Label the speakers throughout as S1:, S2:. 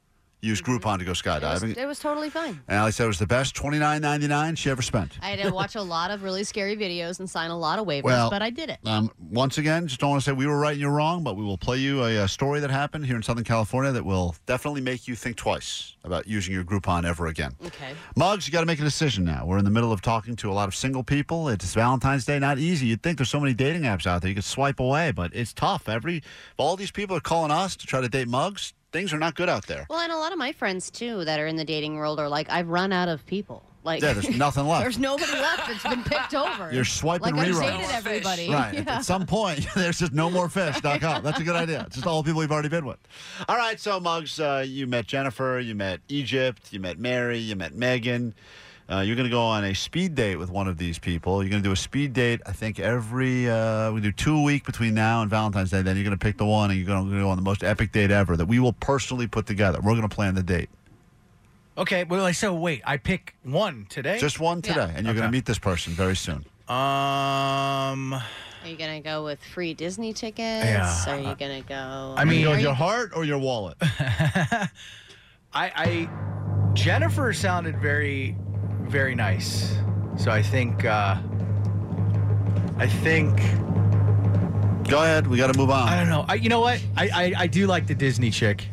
S1: use Groupon to go skydiving.
S2: Mm-hmm. It was totally fine.
S1: And Allie said it was the best twenty nine ninety nine she ever spent.
S2: I had to watch a lot of really scary videos and sign a lot of waivers,
S1: Well,
S2: but I did it.
S1: Um, once again, just don't want to say we were right and you're wrong, but we will play you a, uh story that happened here in Southern California that will definitely make you think twice about using your Groupon ever again.
S2: Okay.
S1: Muggs, you got to make a decision now. We're in the middle of talking to a lot of single people. It's Valentine's Day, not easy. You'd think there's so many dating apps out there you could swipe away, but it's tough. Every all these people are calling us to try to date Muggs. Things are not good out there.
S2: Well, and a lot of my friends too that are in the dating world are like, I've run out of people. Like,
S1: Yeah, there's nothing left.
S2: there's nobody left. It's been picked over.
S1: You're swiping
S2: like,
S1: reruns.
S2: I've dated everybody.
S1: Right.
S2: Yeah.
S1: At some point, there's just no more fish.com. That's a good idea. It's just all the people you've already been with. All right. So, Muggs, uh, you met Jennifer, you met Egypt, you met Mary, you met Megan. Uh, you're going to go on a speed date with one of these people. You're going to do a speed date, I think, every, uh, we do two a week between now and Valentine's Day. Then you're going to pick the one and you're going to go on the most epic date ever that we will personally put together. We're going to plan the date.
S3: Okay, well, like, so wait, I pick one today.
S1: Just one today. And you're going to meet this person very soon.
S3: Um,
S2: Are you gonna go with free Disney tickets?
S3: Yeah.
S2: Are you gonna go?
S3: I mean,
S1: Go
S3: I,
S1: with your heart or your wallet?
S3: I Jennifer sounded very, very nice. So I think, uh, I think,
S1: go ahead. We got to move on.
S3: I don't know. I, you know what? I, I, I do like the Disney chick.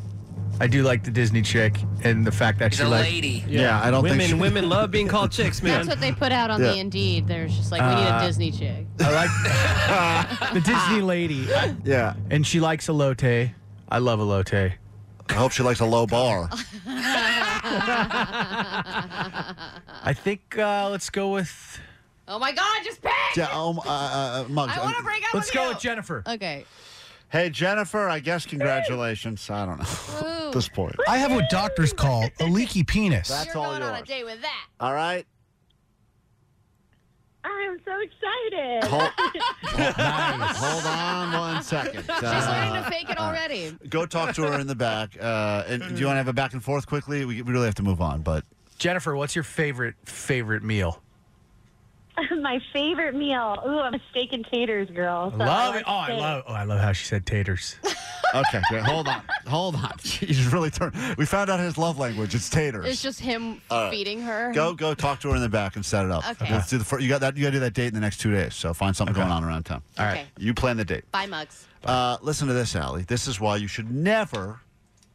S3: I do like the Disney chick and the fact that
S4: She's
S3: she
S4: a
S3: like.
S4: lady.
S1: Yeah, I don't
S5: women
S1: think she-
S5: women love being called chicks, man.
S2: that's what they put out on
S1: Yeah. Uh,
S2: the Indeed. There's just like, we need a Disney chick.
S3: I like the Disney lady, I-
S1: Yeah.
S3: and she likes a lotte. I love a lotte.
S1: I hope she likes a low bar.
S3: I think uh, let's go with
S2: Oh my God! Just pick.
S1: yeah, um, uh, uh, Muggs,
S2: I want to break up
S3: let's
S2: with
S3: go
S2: you.
S3: with
S4: Uh,
S3: Jennifer.
S2: Okay.
S1: Hey, Jennifer, I guess congratulations. I don't know. At this point.
S6: I have what doctors call a leaky penis.
S1: That's
S2: You're
S1: all
S2: going on a
S1: yours.
S2: date with that.
S1: All right.
S7: I'm so excited.
S1: Hold, hold on one second.
S2: She's
S1: Uh,
S2: learning to fake it already.
S1: go talk to her in the back. Uh, and do you want to have a back and forth quickly? We, we really have to move on, but
S3: Jennifer, what's your favorite favorite meal?
S7: My favorite meal. Ooh, I'm a steak and taters girl. so
S3: love it.
S7: like
S3: Oh, I
S7: steak.
S3: love. Oh, I love how she said taters.
S1: okay. great. Hold on. Hold on. She's really turned. We found out his love language. It's taters.
S2: It's just him feeding her.
S1: uh, Go go talk to her in the back and set it up.
S2: Okay.
S1: Let's do the fir- you got that. You got to do that date in the next two days. So find something going on around town.
S3: All right.
S2: Okay.
S1: You plan the date.
S2: Bye, Mugs.
S1: Uh, listen to this, Allie. This is why you should never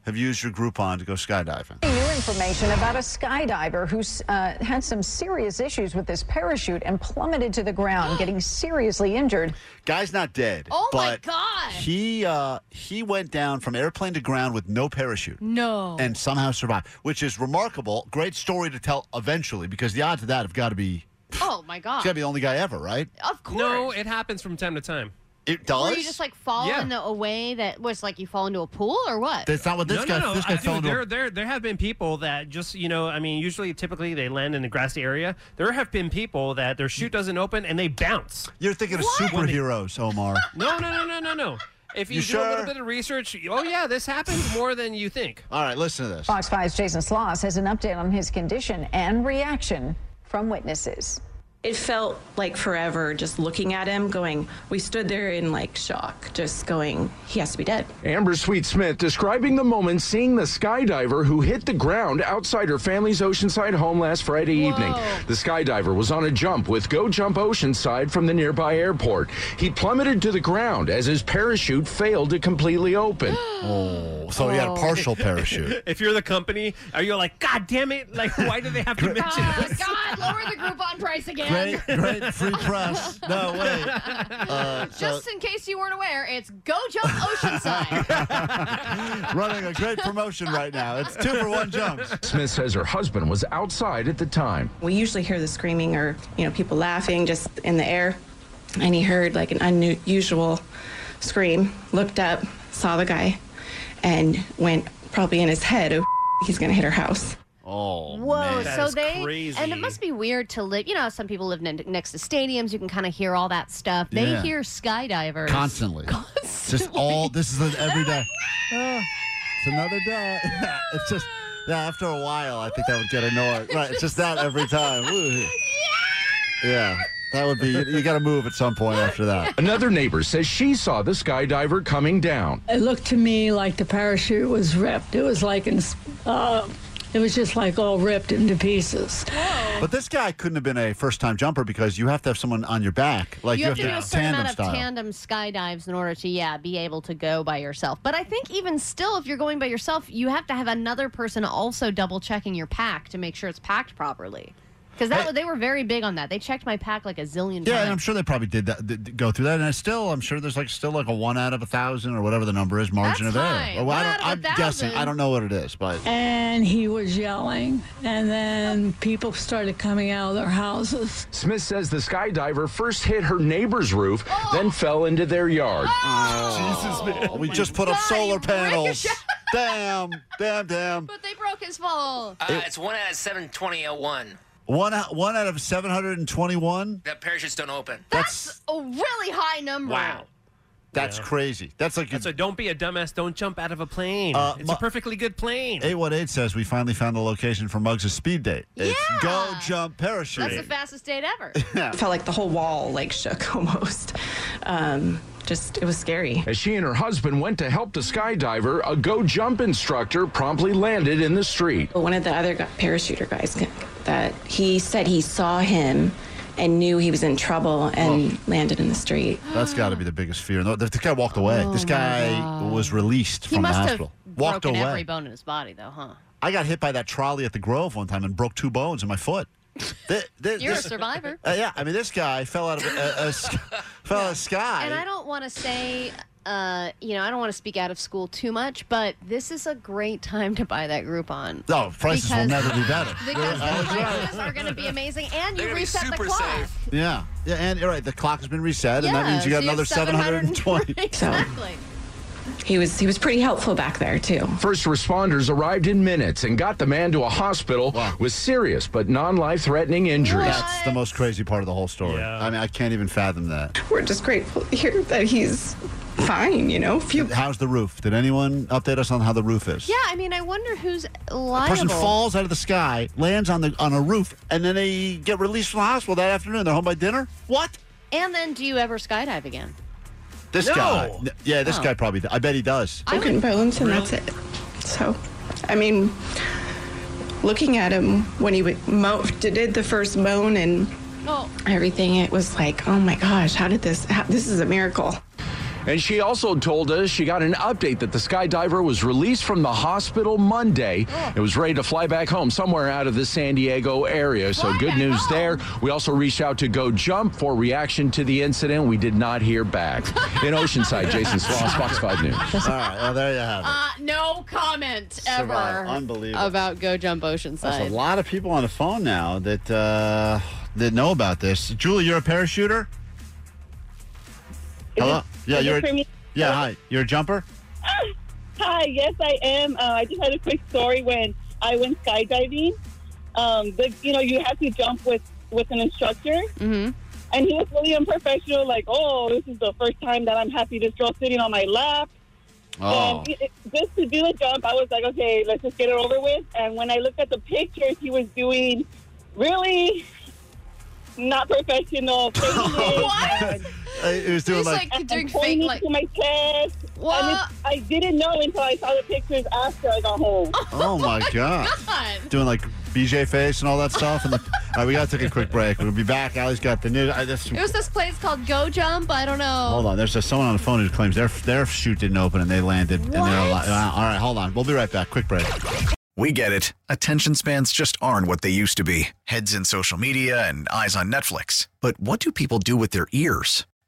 S1: have used your Groupon to go skydiving.
S8: New information about a skydiver who uh, had some serious issues with his parachute and plummeted to the ground, getting seriously injured.
S1: Guy's not dead.
S2: Oh my
S1: but
S2: God.
S1: He uh, he went down from airplane to ground with no parachute
S2: No.
S1: and somehow survived, which is remarkable. Great story to tell eventually because the odds of that have got to be
S2: oh my God.
S1: got to be the only guy ever, right?
S2: Of course.
S5: No, it happens from time to time.
S1: It does.
S2: Were you just like fall
S5: Yeah.
S2: in a way that was like you fall into a pool or what?
S1: That's not what this
S5: no,
S1: guy.
S5: no, no.
S1: This
S5: I-
S1: guy
S5: dude,
S1: fell into. a-
S5: there, there, there have been people that just, you know, I mean, usually, typically, they land in a grassy area. There have been people that their chute doesn't open and they bounce.
S1: You're thinking of
S5: What?
S1: superheroes, Omar.
S5: No, no, no, no, no, no. If
S1: You
S5: you, do a
S1: sure?
S5: little bit of research, oh yeah, this happens more than you think.
S1: All right, listen to this.
S8: Fox 5's Jason Sloss has an update on his condition and reaction from witnesses.
S4: It felt like forever just looking at him, going, we stood there in like shock, just going, he has to be dead.
S9: Amber Sweet Smith describing the moment seeing the skydiver who hit the ground outside her family's Oceanside home last Friday evening. The skydiver was on a jump with Go Jump Oceanside from the nearby airport. He plummeted to the ground as his parachute failed to completely open.
S1: oh, so he had a partial parachute.
S5: If you're the company, are you like, God damn it? Like, why do they have to mention
S10: Uh,
S5: this?
S10: God, lower the Groupon price again.
S1: Great, great free press. No, wait. Uh, so
S10: Just in case you weren't aware, it's Go Jump Oceanside.
S1: running a great promotion right now. It's two for one jumps.
S9: Smith says her husband was outside at the time.
S4: We usually hear the screaming or, you know, people laughing just in the air. And he heard like an unusual scream, looked up, saw the guy, and went probably in his head, oh, he's going to hit her house.
S1: Oh,
S10: Whoa!
S1: man.
S5: That
S10: so
S5: is
S10: they and
S5: crazy.
S10: it must be weird to live. You know, how some people live ne- next to stadiums. You can kind of hear all that stuff.
S1: Yeah.
S10: They
S2: They hear skydivers.
S1: Constantly. Just all, this is an everyday. Oh, it's another day. it's just, yeah, after a while, I think that would get annoying. Right, it's just that every time. Woo. Yeah, that would be, you got to move at some point after that.
S9: Another neighbor says she saw the skydiver coming down.
S11: It looked to me like the parachute was ripped. It was like, in, uh, it was just like all ripped into pieces.
S1: But this guy couldn't have been a first time jumper because you have to have someone on your back. Like,
S10: you have to do a certain
S1: tandem
S10: amount of
S1: style.
S10: tandem skydives in order to, yeah, be able to go by yourself. But I think even still, if you're going by yourself, you have to have another person also double checking your pack to make sure it's packed properly. Because that they were very big on that. They checked my pack like a zillion
S1: Yeah,
S10: times.
S1: and I'm sure they probably did that, th- th- go through that. And I still, I'm sure there's like still like a one out of a thousand or whatever the number is margin
S10: That's
S1: of
S10: fine.
S1: error. Or
S10: One
S1: I
S10: out of a
S1: don't, I'm guessing.
S10: thousand.
S1: I don't know what it is, but
S11: And he was yelling. And then people started coming out of their houses.
S9: Smith says the skydiver first hit her neighbor's roof, then fell into their yard.
S10: Oh!
S1: Jesus, we just put up
S10: God,
S1: solar
S10: you
S1: panels.
S10: ricocheted.
S1: damn, damn, damn.
S10: but they broke his fall.
S12: Uh, it's one out of 72001.
S1: One out, one out of 721.
S12: The parachutes don't open.
S1: That's
S10: A really high number.
S12: Wow.
S1: that's crazy. That's like
S5: So don't be a dumbass. Don't jump out of a plane.
S1: Uh,
S5: it's
S1: my-
S5: a perfectly good plane.
S1: 818 says we finally found the location for Muggs' speed date. It's
S10: Yeah.
S1: go jump parachute.
S10: That's the fastest date ever.
S4: It felt like the whole wall like shook almost. Um, just, it was scary.
S9: As she and her husband went to help the skydiver, a go jump instructor promptly landed in the street.
S4: One of the other gu- parachuter guys g- that he said he saw him and knew he was in trouble and landed in the street.
S1: That's got to be the biggest fear. No, this guy walked away. this guy was released
S10: Oh he
S1: from
S10: must
S1: the
S10: have
S1: hospital. walked
S10: broken
S1: away.
S10: every bone in his body, though, huh?
S1: I got hit by that trolley at the Grove one time and broke two bones in my foot. Th- th-
S10: You're a
S1: this-
S10: survivor.
S1: Uh, yeah, I mean, this guy fell out of a, a, a sk- fell out of the sky.
S10: And I don't want to say, uh, you know, I don't want to speak out of school too much, but this is a great time to buy that Groupon.
S1: No, Oh, prices will
S10: Because-
S1: never be better.
S10: Because
S1: I
S10: the
S1: was right.
S10: prices are going to be amazing, and you
S12: They're gonna be
S10: reset the
S12: super
S10: clock.
S12: safe.
S1: Yeah, yeah, and you're right. The clock has been reset, and that means you got
S10: so
S1: another
S10: have 720.
S1: 720.
S10: exactly.
S4: He was he was pretty helpful back there too.
S9: First responders arrived in minutes and got the man to a hospital with serious but non life threatening injuries.
S1: That's the most crazy part of the whole story.
S5: Yeah.
S1: I mean, I can't even fathom that.
S4: We're just grateful to hear that he's fine, you know. Few
S1: How's the roof? Did anyone update us on how the roof is?
S10: Yeah, I mean, I wonder who's liable.
S1: Person falls out of the sky, lands on the on a roof, and then they get released from the hospital that afternoon. They're home by dinner. What?
S10: And then, do you ever skydive again?
S1: This
S5: No.
S1: guy. N- Yeah, this
S10: Oh.
S1: guy probably. I bet he does.
S4: broken bones and that's it. So, I mean, looking at him when he would mo- did the first bone and
S10: Oh,
S4: everything, it was like, oh my gosh, how did this? How, this is a miracle.
S9: And she also told us she got an update that the skydiver was released from the hospital Monday and was ready to fly back home somewhere out of the San Diego area. So good news there. We also reached out to Go Jump for reaction to the incident. We did not hear back. In Oceanside, Jason Sloss, Fox 5 News.
S1: All right. Well, there you have it.
S10: uh, no comment ever.
S1: Survive. Unbelievable.
S10: About Go Jump
S1: There's a
S10: Oceanside.
S1: lot of people on the phone now that uh, that know about this. Julie, you're a parachuter. Hello. Yeah,
S13: is it
S1: you're.
S13: for
S1: A,
S13: me?
S1: yeah, hi. You're a jumper.
S13: Hi, yes, I am. Uh, I just had a quick story when I went skydiving. Um, the, you know, you have to jump with, with an instructor,
S10: Mm-hmm.
S13: and he was really unprofessional. Like, oh, this is the first time that I'm happy this girl's sitting on my lap.
S1: Oh,
S13: And it- it- just to do the jump, I was like, okay, let's just get it over with. And when I looked at the pictures, he was doing really not professional. what?
S1: It was doing like,
S13: doing fake like to my chest. What? And it's- I didn't know until I saw the pictures after I got home.
S1: oh my god. doing like BJ face and all that stuff. And the, all right, we gotta take a quick break. We'll be back. Allie's got the news. I, this,
S10: It was this place called Go Jump. I don't know.
S1: hold on, there's just someone on the phone who claims their their chute didn't open and they landed and they're
S10: What?
S1: alive. Uh, All right, hold on. We'll be right back. Quick break.
S9: We get it. Attention spans just aren't what they used to be heads in social media and eyes on Netflix. But what do people do with their ears?